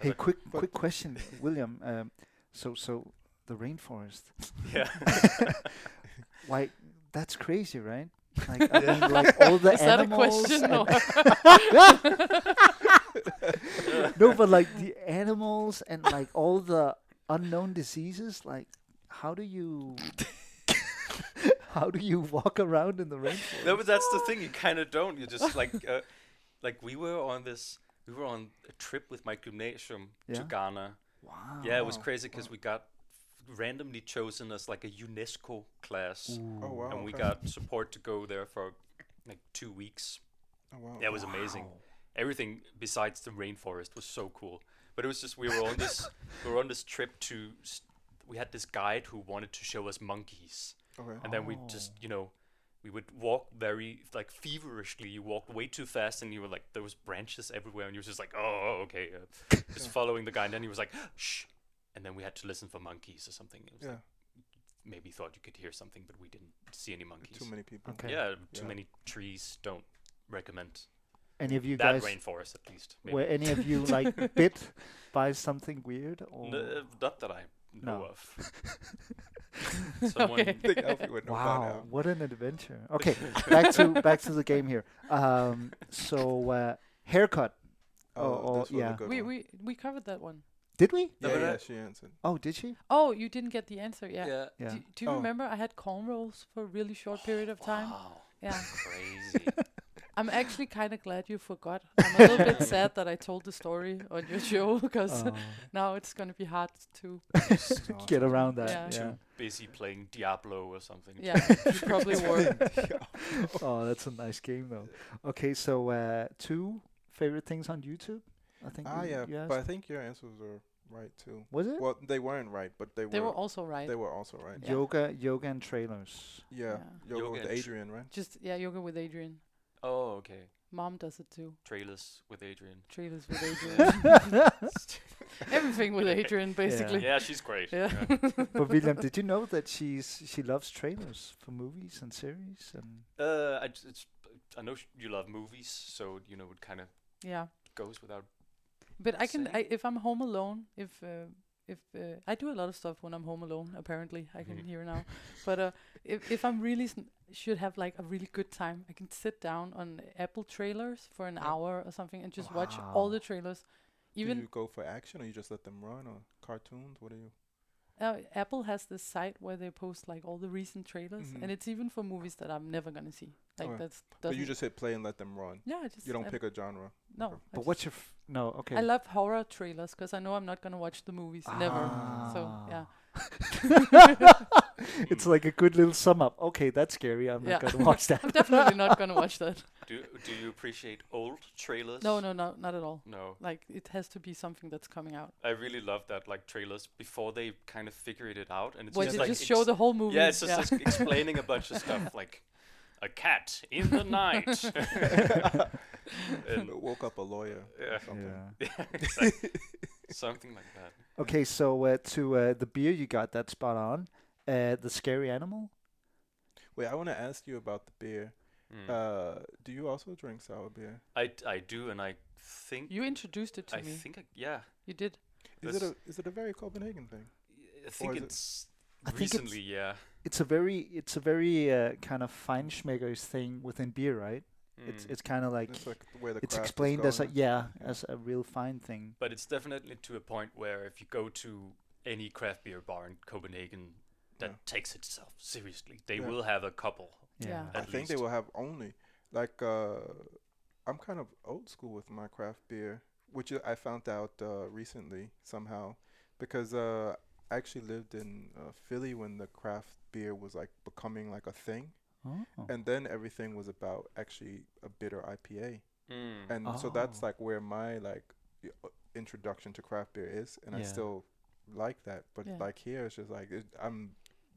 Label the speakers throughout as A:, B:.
A: Hey, quick, quick question, William. Um, so, so the rainforest,
B: Yeah.
A: like that's crazy, right? Like, I mean, like all the
C: Is that a
A: animals.
C: question?
A: and-
C: Or
A: no, but like the animals and like all the unknown diseases. Like, how do you? how do you walk around in the rainforest?
B: no, but that's the thing. You kind of don't. You just like, uh, like we were on this. We were on a trip with my gymnasium to
A: Yeah.
B: Ghana.
A: Wow.
B: Yeah, it was crazy because we got randomly chosen as like a UNESCO class,
D: Oh wow.
B: and we
D: okay.
B: got support to go there for like two weeks.
D: Oh, wow.
B: Yeah, it was amazing. Everything besides the rainforest was so cool. But it was just we were on this we were on this trip to s we had this guide who wanted to show us monkeys,
D: Okay. Oh,
B: and then we just you know we would walk very like feverishly. You walked way too fast, and you were like there was branches everywhere, and you were just like oh okay, uh, just following the guy. And then he was like shh, and then we had to listen for monkeys or something. It was
D: Yeah.
B: like, maybe thought you could hear something, but we didn't see any monkeys.
D: Too many people.
A: Okay.
B: Yeah, too
D: Yeah.
B: many trees. Don't recommend
A: And have you
B: that
A: guys
B: rainforest at least. Maybe.
A: were any of you like bit by something weird or?
B: N- uh, not that I know
A: No.
B: of. Someone,
C: Okay.
D: I think Alfie would know by
A: Wow,
D: now.
A: what an adventure! Okay, back to back to the game here. Um, so uh, haircut.
D: Oh,
A: Oh, oh,
D: this was a
A: yeah.
D: good
C: we,
D: one.
C: we we covered that one.
A: Did we?
B: No,
D: yeah,
B: but
D: yeah,
B: I-
D: she answered.
A: Oh, did she?
C: Oh, you didn't get the answer.
B: yeah.
C: Yeah.
A: Yeah.
C: Do, do you
D: Oh.
C: remember I had cornrows for a really short period of time?
B: Wow,
C: Yeah.
B: crazy.
C: I'm actually kind of glad you forgot. I'm a little bit sad that I told the story on your show because
A: Oh,
C: now it's going to be hard to.
A: get around that.
C: Yeah.
A: yeah.
B: Busy playing Diablo or something.
C: Yeah, you probably were.
A: oh, that's a nice game though. Okay, so uh, two favorite things on YouTube. I think.
D: Ah,
A: you-
D: yeah,
A: you asked.
D: but I think your answers were right too.
A: was it
D: Well, they weren't right, but they,
C: They
D: were.
C: were also right.
D: they were also right.
C: Yeah.
A: yoga, yoga and trailers?
D: Yeah,
C: Yeah.
D: yoga
B: Yoga
D: with
B: and tr-
D: Adrian, right?
C: Just yeah, yoga with Adrian.
B: Oh, okay.
C: Mom does it too.
B: Trailers with Adrian.
C: Trailers with Adrian.
A: but
C: Everything with Adrian, basically.
B: Yeah, she's great.
C: Yeah.
A: William, did you know that she's she loves trailers for movies and series and
B: Uh, I, j- it's, I know sh- you love movies, so you know it kind of
C: yeah.
B: goes without.
C: But I can,
B: Same.
C: I, if I'm home alone, if uh, if uh, I do a lot of stuff when I'm home alone, apparently I can
D: Mm-hmm.
B: Mhm.
C: hear now. But uh, if if I'm really sn- should have like a really good time, I can sit down on Apple trailers for an hour or something and just watch all
A: Wow.
C: the trailers.
D: do
C: Even
D: you go for action or you just let them run or cartoons? What do you?
C: uh, Apple has this site where they post like all the recent trailers,
D: Mhm.
C: and it's even for movies that I'm never gonna see. Like
D: Oh, yeah.
C: that's
D: But you
C: doesn't-
D: just hit play and let them run.
C: yeah. I just
D: You don't
C: I-
D: pick a genre.
C: No. I
A: But
C: just-
A: what's your f- no? Okay.
C: I love horror trailers because I know I'm not gonna watch the movies never. So yeah.
A: it's like a good little sum up. Okay, that's scary. I'm not
C: Yeah.
A: gonna watch that.
C: I'm definitely not gonna watch that.
B: Do Do you appreciate old trailers?
C: No, no, no, not at all.
B: No.
C: Like it has to be something that's coming out.
B: I really love that, like trailers before they kind of figured it out, and it's
C: Where
B: just
C: they
B: like
C: just show
B: ex-
C: the whole movie.
B: Yeah, it's just ex- explaining a bunch of stuff like a cat in the night. and,
D: It woke up a lawyer.
B: yeah,
D: Something.
B: yeah, exactly. something like that.
A: Okay, so uh, to uh, the beer you got, that's spot on. Uh, the scary animal.
D: Wait, I want to ask you about the beer.
B: Mm.
D: Uh, do you also drink sour beer?
B: I, I do, and I think
C: You introduced it to
B: I
C: me.
B: think I, yeah,
C: You did.
D: Is it
B: That's-
D: a is it a very Copenhagen thing?
B: I think
D: is it-
B: it's
A: I think it's-
B: recently, yeah.
A: It's a very, it's a very uh, kind of Feinschmeckers thing within beer, right? It's
B: Mm.
A: it's kind of like
D: That's Hmm. like where the
A: it's
D: craft is
A: explained as a
D: going.
A: yeah,
D: Yeah.
A: as a real fine thing.
B: but it's definitely to a point where if you go to any craft beer bar in Copenhagen that
D: Yeah.
B: takes itself seriously, they
D: Yeah.
B: will have a couple.
A: Yeah.
C: Yeah.
D: I
B: at
D: think they
B: least.
D: will have only like uh, I'm kind of old school with my craft beer, which I found out uh, recently somehow because uh, I actually lived in uh, Philly when the craft beer was like becoming like a thing,
A: Oh.
D: and then everything was about actually a bitter IPA,
B: Mm.
D: and so that's
A: Oh.
D: like where my like y- uh, introduction to craft beer is, and I
A: Yeah.
D: still like that, but
C: Yeah.
D: like here it's just like it, I'm.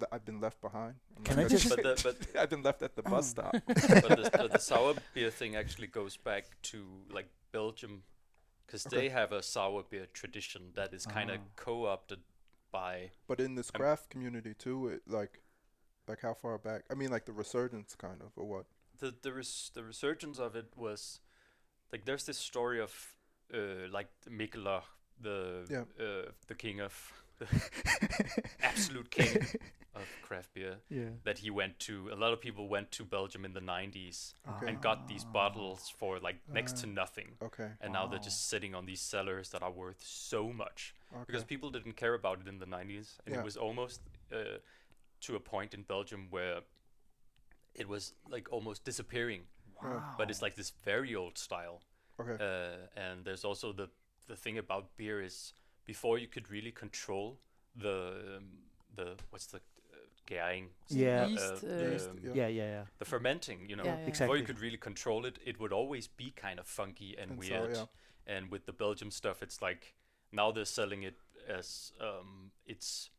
D: th- I've been left behind. I'm
A: Can I
D: like, "Oh,
A: just- Oh.
B: but
D: shit."
B: the, but
D: I've been left at the bus stop.
B: but the, but the sour beer thing actually goes back to like Belgium, because
D: Okay.
B: they have a sour beer tradition that is kind of
A: Ah.
B: co-opted by.
D: But in this
B: Um,
D: craft community too, it like, like how far back? I mean, like the resurgence, kind of, or what?
B: the the, res- the resurgence of it was like there's this story of uh, like the Mikkeler the
D: Yeah.
B: uh, the king of the absolute king of craft beer,
A: Yeah.
B: that he went to. A lot of people went to Belgium in the 90s
A: Ah.
D: Okay.
B: and got these bottles for like next to
D: Ah.
B: nothing.
D: Okay.
B: And now they're
A: Wow.
B: just sitting on these cellars that are worth so much because
D: Okay.
B: people didn't care about it in the 90s. And
D: Yeah.
B: it was almost uh, to a point in Belgium where it was like almost disappearing.
A: Wow.
B: But it's like this very old style.
D: Okay.
B: Uh, and there's also the the thing about beer is before you could really control the um, the what's the uh, gæring
A: Yeah.
C: Yeast, uh,
D: Yeast,
B: um,
D: yeah.
A: yeah, yeah, yeah.
B: the fermenting you know
C: Yeah, yeah.
B: before
A: Exactly.
B: you could really control it it would always be kind of funky and,
D: And sour,
B: weird
D: yeah.
B: and with the Belgium stuff it's like now they're selling it as um, it's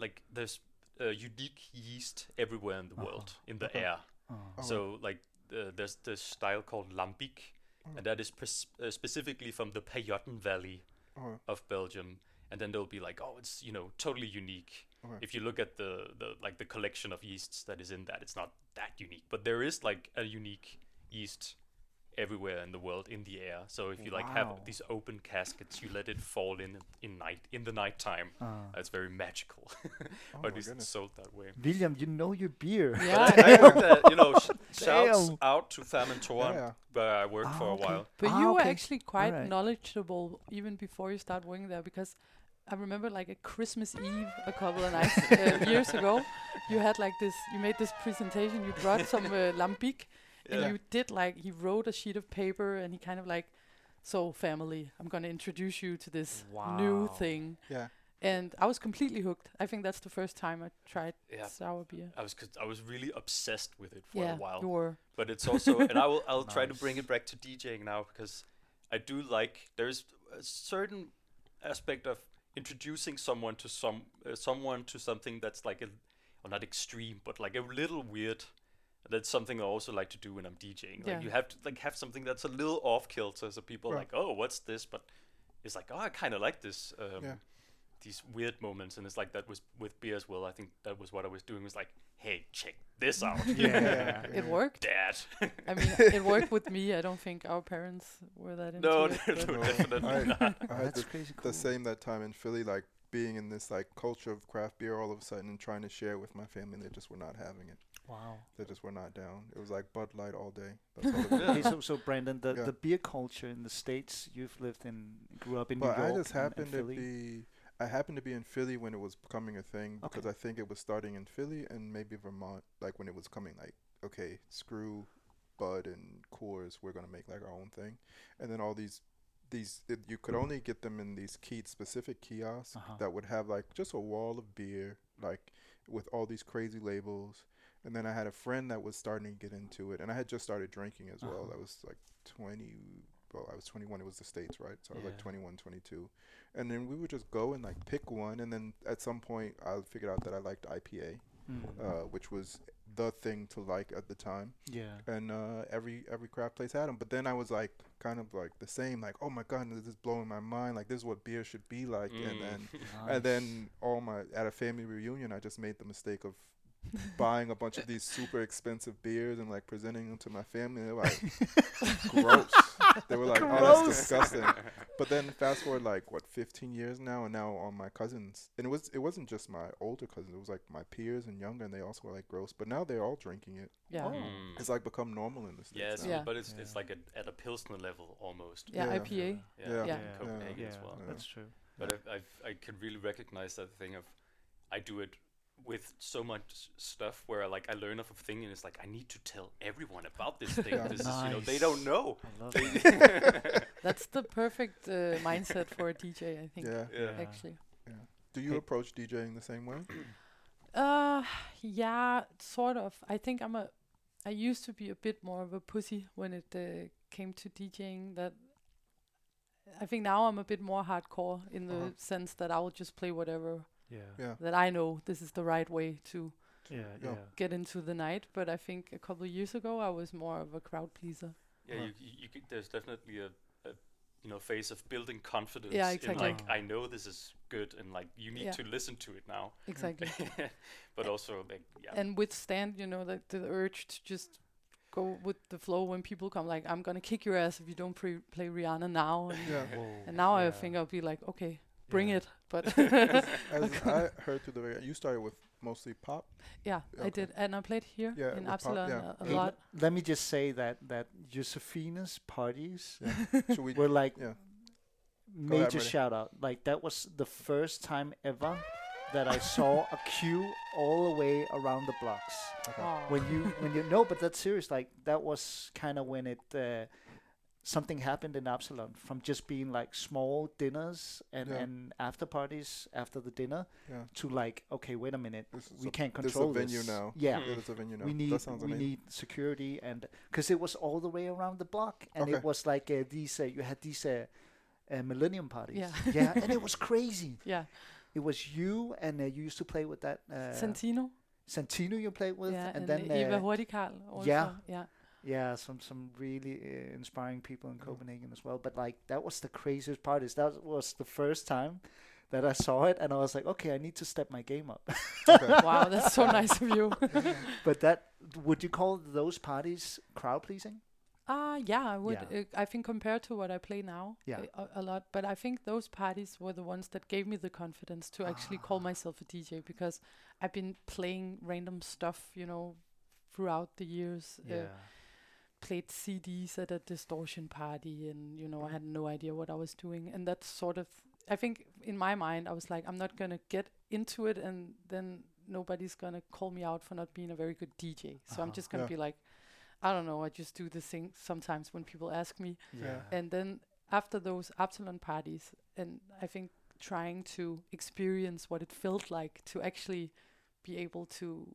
B: like there's uh, unique yeast everywhere in the
A: Uh-huh,
B: world in the
A: uh-huh.
B: air
A: Oh.
D: Oh.
B: so like uh, there's this style called lambic, and that is pres- uh, specifically from the Peyoten Valley
D: Oh,
B: of Belgium. And then they'll be like, oh, it's you know totally unique.
D: Okay.
B: If you look at the, the like the collection of yeasts that is in that, it's not that unique, but there is like a unique yeast everywhere in the world in the air. So if you like
A: Wow.
B: have these open caskets, you let it fall in in night in the nighttime.
A: Uh.
B: That's very magical,
D: oh
B: or
D: my
B: at least it's
D: goodness.
B: sold that way.
A: William, you know your beer.
C: Yeah.
B: I hope that you know. Sh- shouts
A: Damn.
B: out to Fermentor,
D: Yeah.
B: where I worked for
C: Oh,
A: Ah,
B: a
A: okay.
B: while.
C: But
A: Ah,
C: you were
A: okay.
C: actually quite
A: Alright.
C: knowledgeable even before you start working there because I remember like a Christmas Eve a couple of nights uh, years ago, you had like this, you made this presentation, you brought some uh, lambic and
D: Yeah.
C: you did like, he wrote a sheet of paper and he kind of like, so family, I'm going to introduce you to this new
A: Wow.
C: thing.
D: Yeah.
C: And I was completely hooked. I think that's the first time I tried
B: Yeah.
C: sour beer.
B: I was 'cause I was really obsessed with it for
C: yeah,
B: a while.
C: you were.
B: But it's also, and I will I'll try to bring
A: Nice.
B: it back to DJing now because I do like there's a certain aspect of introducing someone to some uh, someone to something that's like a well not extreme but like a little weird. That's something I also like to do when I'm DJing. Like
C: Yeah.
B: you have to like have something that's a little off kilter, so people are
D: Right.
B: like, oh, what's this? But it's like, oh, I kind of like this. Um,
D: Yeah.
B: These weird moments, and it's like that was with beer as well. I think that was what I was doing. Was like, hey, check this out,
A: Yeah.
C: It worked.
B: Dad.
C: I mean, it worked with me. I don't think our parents were that into
B: No,
C: it.
B: no,
C: but-
B: no,
D: No,
B: definitely not.
D: I had
A: That's
D: the,
A: crazy cool.
D: the same that time in Philly, like being in this like culture of craft beer all of a sudden and trying to share it with my family, and they just were not having it.
A: Wow.
D: They just were not down. It was like Bud Light all day. That's all it was.
A: Okay, so so Brandon, the,
D: Yeah.
A: the beer culture in the states you've lived in, grew up in
D: But
A: New York
D: I just
A: and- and
D: happened to
A: Philly.
D: be. I happened to be in Philly when it was becoming a thing because
A: Okay.
D: I think it was starting in Philly and maybe Vermont, like when it was coming. Like, okay, screw Bud and Coors, we're gonna make like our own thing, and then all these, these it, you could only get them in these key specific kiosks
A: Uh-huh.
D: that would have like just a wall of beer, like with all these crazy labels. And then I had a friend that was starting to get into it, and I had just started drinking as well.
A: Uh-huh.
D: I was like twenty well, I was 21. It was the states, right? So I was like
B: Yeah.
D: 21, 22, and then we would just go and like pick one, and then at some point I figured out that I liked IPA,
A: Mm.
D: uh, which was the thing to like at the time,
A: yeah.
D: and uh, every every craft place had them. But then I was like, kind of like the same, like, oh my god, this is blowing my mind. Like this is what beer should be like,
B: Mm.
D: and then and then all my at a family reunion, I just made the mistake of buying a bunch of these super expensive beers and like presenting them to my family. They were like, gross. They were like, oh, that's
A: Gross.
D: disgusting. But then fast forward like what 15 years now, and now all my cousins, and it was it wasn't just my older cousins. It was like my peers and younger, and they also were like gross. But now they're all drinking it.
C: Yeah.
A: Oh.
B: Mm.
D: It's like become normal in the states.
B: Yeah, it's,
D: now.
C: Yeah.
B: but it's it's
A: Yeah.
B: like a, at a pilsner level almost.
C: yeah,
D: Yeah.
C: IPA.
B: Yeah,
D: Yeah.
B: in
C: Yeah.
B: Copenhagen as
A: yeah,
B: well.
A: That's true.
B: But I, I I can really recognize that thing of I do it with so much s- stuff where like I learn of a thing and it's like I need to tell everyone about this thing.
D: Yeah.
B: This is you know they don't
A: Nice.
B: know.
A: I love
B: They-
A: that.
C: That's the perfect uh, mindset for a DJ, I think.
D: Yeah.
B: yeah.
C: Actually.
D: Do you
A: Hey.
D: approach DJing the same way?
C: Uh, yeah, sort of. I think I'm a. I used to be a bit more of a pussy when it uh, came to DJing. That I think now I'm a bit more hardcore in the
D: Uh-huh.
C: sense that I will just play whatever
A: Yeah. Yeah.
D: Yeah.
C: that I know this is the right way to
A: Yeah.
D: Yeah.
C: get into the night. But I think a couple of years ago I was more of a crowd pleaser.
B: Yeah,
A: Huh.
B: you, you, you could, there's definitely a, a you know phase of building confidence
C: exactly.
B: in like
A: Oh.
B: I know this is good and like you need
C: Yeah.
B: to listen to it now.
C: Exactly.
B: but also like yeah.
C: and withstand, you know, the, the urge to just go with the flow when people come like, I'm gonna kick your ass if you don't pre- play Rihanna now. And,
D: Yeah.
C: and now I
E: Yeah.
C: think I'll be like, okay, bring
E: Yeah.
C: it. But
D: As I heard through the radio, you started with mostly pop.
C: yeah, I
D: Okay.
C: did, and I played here
D: Yeah,
C: in
D: with pop-
C: Absalon
D: yeah.
C: a, a
D: Yeah.
C: lot.
A: Let me just say that that Josephina's parties
D: Should we?
A: were like
D: yeah.
A: major
D: Collaborative.
A: shout out. Like that was the first time ever that I saw a queue all the way around the blocks.
D: Okay.
C: Aw.
A: When you when you no, but that's serious. Like that was kind of when it uh, something happened in Absalon from just being like small dinners and
D: Yeah.
A: and after parties after the dinner
D: Yeah.
A: to like okay, wait a minute,
D: This is
A: we
D: a-
A: can't
D: this is a
A: control
D: venue now.
A: Yeah.
D: Yeah, that's a venue now.
A: We need
D: that sounds
A: we
D: amazing.
A: need security and because it was all the way around the block and it
D: Okay.
A: was like uh, these uh, you had these uh, uh, millennium parties
C: Yeah.
A: yeah and it was crazy
C: yeah,
A: it was you and uh, you used to play with that uh,
C: Santino.
A: Santino you played with
C: yeah,
A: and, then
C: Eva
A: uh,
C: Hurtigruten also.
A: yeah.
C: yeah,
A: yeah some some really uh, inspiring people in
C: Mm.
D: Yeah.
A: Copenhagen as well but like that was the craziest parties that was the first time that I saw it and I was like okay I need to step my game up
D: Okay.
C: wow, that's so nice of you.
A: but that would you call those parties crowd pleasing
C: Ah, yeah, I would.
A: Yeah.
C: Uh, I think compared to what I play now,
A: Yeah.
C: uh, a, a lot. But I think those parties were the ones that gave me the confidence to actually call myself a DJ because I've been playing random stuff, you know, throughout the years. Uh, played CDs at a distortion party, and you know, I had no idea what I was doing. And that sort of, I think, in my mind, I was like, I'm not gonna get into it, and then nobody's gonna call me out for not being a very good DJ. So I'm
A: Uh-huh.
C: just gonna
D: Yeah.
C: be like. I don't know. I just do the thing sometimes when people ask me,
A: yeah,
D: Yeah.
C: and then after those Absalon parties, and I think trying to experience what it felt like to actually be able to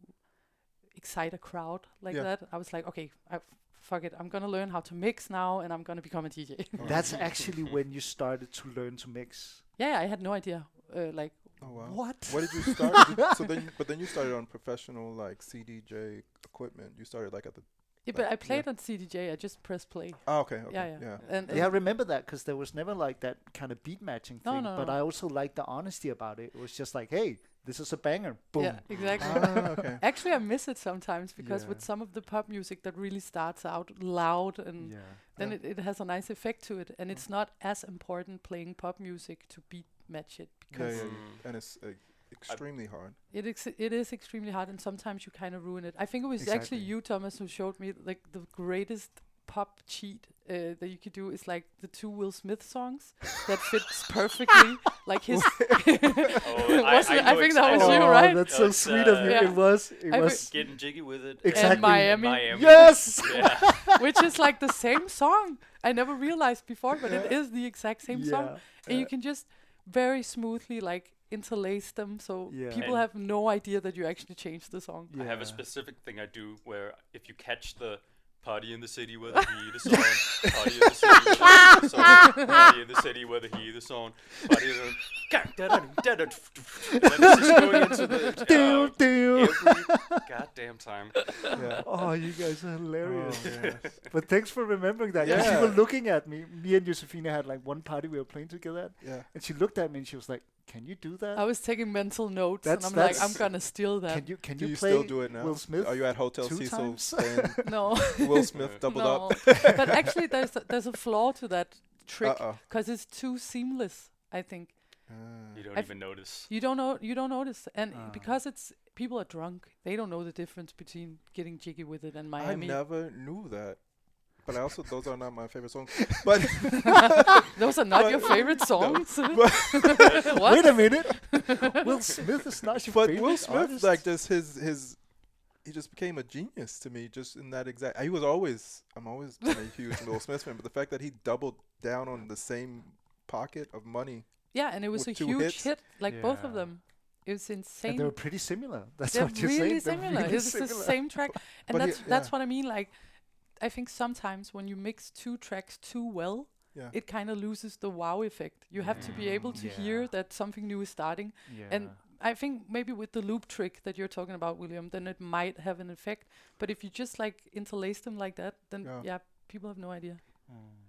C: excite a crowd like
D: Yeah.
C: that, I was like, okay, I, fuck it, I'm gonna learn how to mix now, and I'm gonna become a DJ.
D: Oh,
A: That's actually when you started to learn to mix.
C: yeah, I had no idea, uh, like
D: Oh wow.
A: What?
D: What did you start? did, so then, but then you started on professional like CDJ equipment. You started like at the.
C: yeah, but I
D: Like, yeah.
C: played on CDJ. I just pressed play.
D: Oh, okay. okay
C: Yeah, yeah, And,
A: Yeah, I
C: and-
A: remember that because there was never like that kind of beat matching
C: No,
A: thing.
C: no,
A: but
C: no.
A: I also liked the honesty about it. It was just like, hey, this is a banger. Boom.
C: yeah, exactly.
D: Ah, okay.
C: Actually, I miss it sometimes because
A: Yeah.
C: with some of the pop music that really starts out loud and then
D: Yeah. Mm.
C: it, it has a nice effect to it and it's not as important playing pop music to beat match it
D: Yeah,
C: because
D: yeah,
B: Mm.
D: and it's uh, extremely hard.
C: it ex- it is extremely hard and sometimes you kind of ruin it i think it was
A: Exactly.
C: actually you thomas who showed me like the greatest pop cheat uh, that you could do is like the two will smith songs that fits perfectly like his
B: Oh, I,
C: Wasn't-
B: I,
C: I
B: know
C: think
B: ex-
C: that
B: I
C: was
B: know
C: you,
B: ex-
A: Oh,
C: right?
A: That's so
B: That's,
A: sweet of you.
C: uh,
A: It was. It
C: I
A: was.
B: Getting jiggy with it.
A: Exactly.
C: Miami.
A: Yes.
B: Yeah.
C: which is like the same song i never realized before but it is the exact same song
A: yeah.
C: and you can just very smoothly like interlace them so
A: Yeah.
C: people
B: And-
C: have no idea that you actually changed the song
B: I have
A: Yeah.
B: a specific thing I do where if you catch the party in the city where the heat is on, party in the city where the heat is on, party in the city where the heat is on, party in the and then it's just going into
A: Do,
B: the uh,
A: do.
B: every goddamn time.
D: Yeah.
A: Oh, you guys are
D: Oh,
A: hilarious.
D: yes.
A: But thanks for remembering that. Because
D: Yeah.
A: you were looking at me. Me and Josephina had like one party we were playing together at.
D: yeah.
A: And she looked at me and she was like, can you do that?
C: I was taking mental notes,
A: That's-
C: and I'm like, I'm
A: that's-
C: gonna steal
A: Can
C: that.
A: you can
D: Do
A: you,
D: you,
A: play
D: still do it now?
A: Will Smith
D: Are you at Hotel
A: two
D: Cecil
A: times?
D: saying
C: no,
D: Will Smith doubled
C: no.
D: up?
C: but actually, there's a, there's a flaw to that trick
D: Uh-oh.
C: because it's too seamless. I think
D: Ah.
B: You don't
C: I've-
B: even notice.
C: you don't know, you don't notice, and
A: Ah.
C: because it's people are drunk, they don't know the difference between getting jiggy with it and
D: Ah. I
C: Miami.
D: never knew that. But I also those are not my favorite songs. But
C: Those are not your
D: But-
C: favorite songs. what?
A: Wait a minute. Will Smith is not your
D: but
A: favorite
D: Will Smith,
A: artist?
D: like just his his, he just became a genius to me. Just in that exact, he was always I'm always been a huge Will Smith fan, but the fact that he doubled down on the same pocket of money,
C: Yeah, and it was
D: With
C: a
D: two
C: huge
D: hits?
C: hit, like both of
E: Yeah.
C: them. It was
A: And they were
C: insane.
A: pretty similar. That's
C: They're
A: what you're
C: really
A: saying.
C: similar. it's the same track, and
D: But he-
C: that's that's
D: yeah.
C: what I mean. Like, I think sometimes when you mix two tracks too well,
D: yeah,
C: it kind of loses the wow effect. You have to be able to
E: Mm, Yeah.
C: hear that something new is starting.
E: Yeah.
C: And I think maybe with the loop trick that you're talking about, William, then it might have an effect. But if you just like interlace them like that, then yeah,
D: Yeah.
C: people have no idea.
E: Mm.
A: 嗯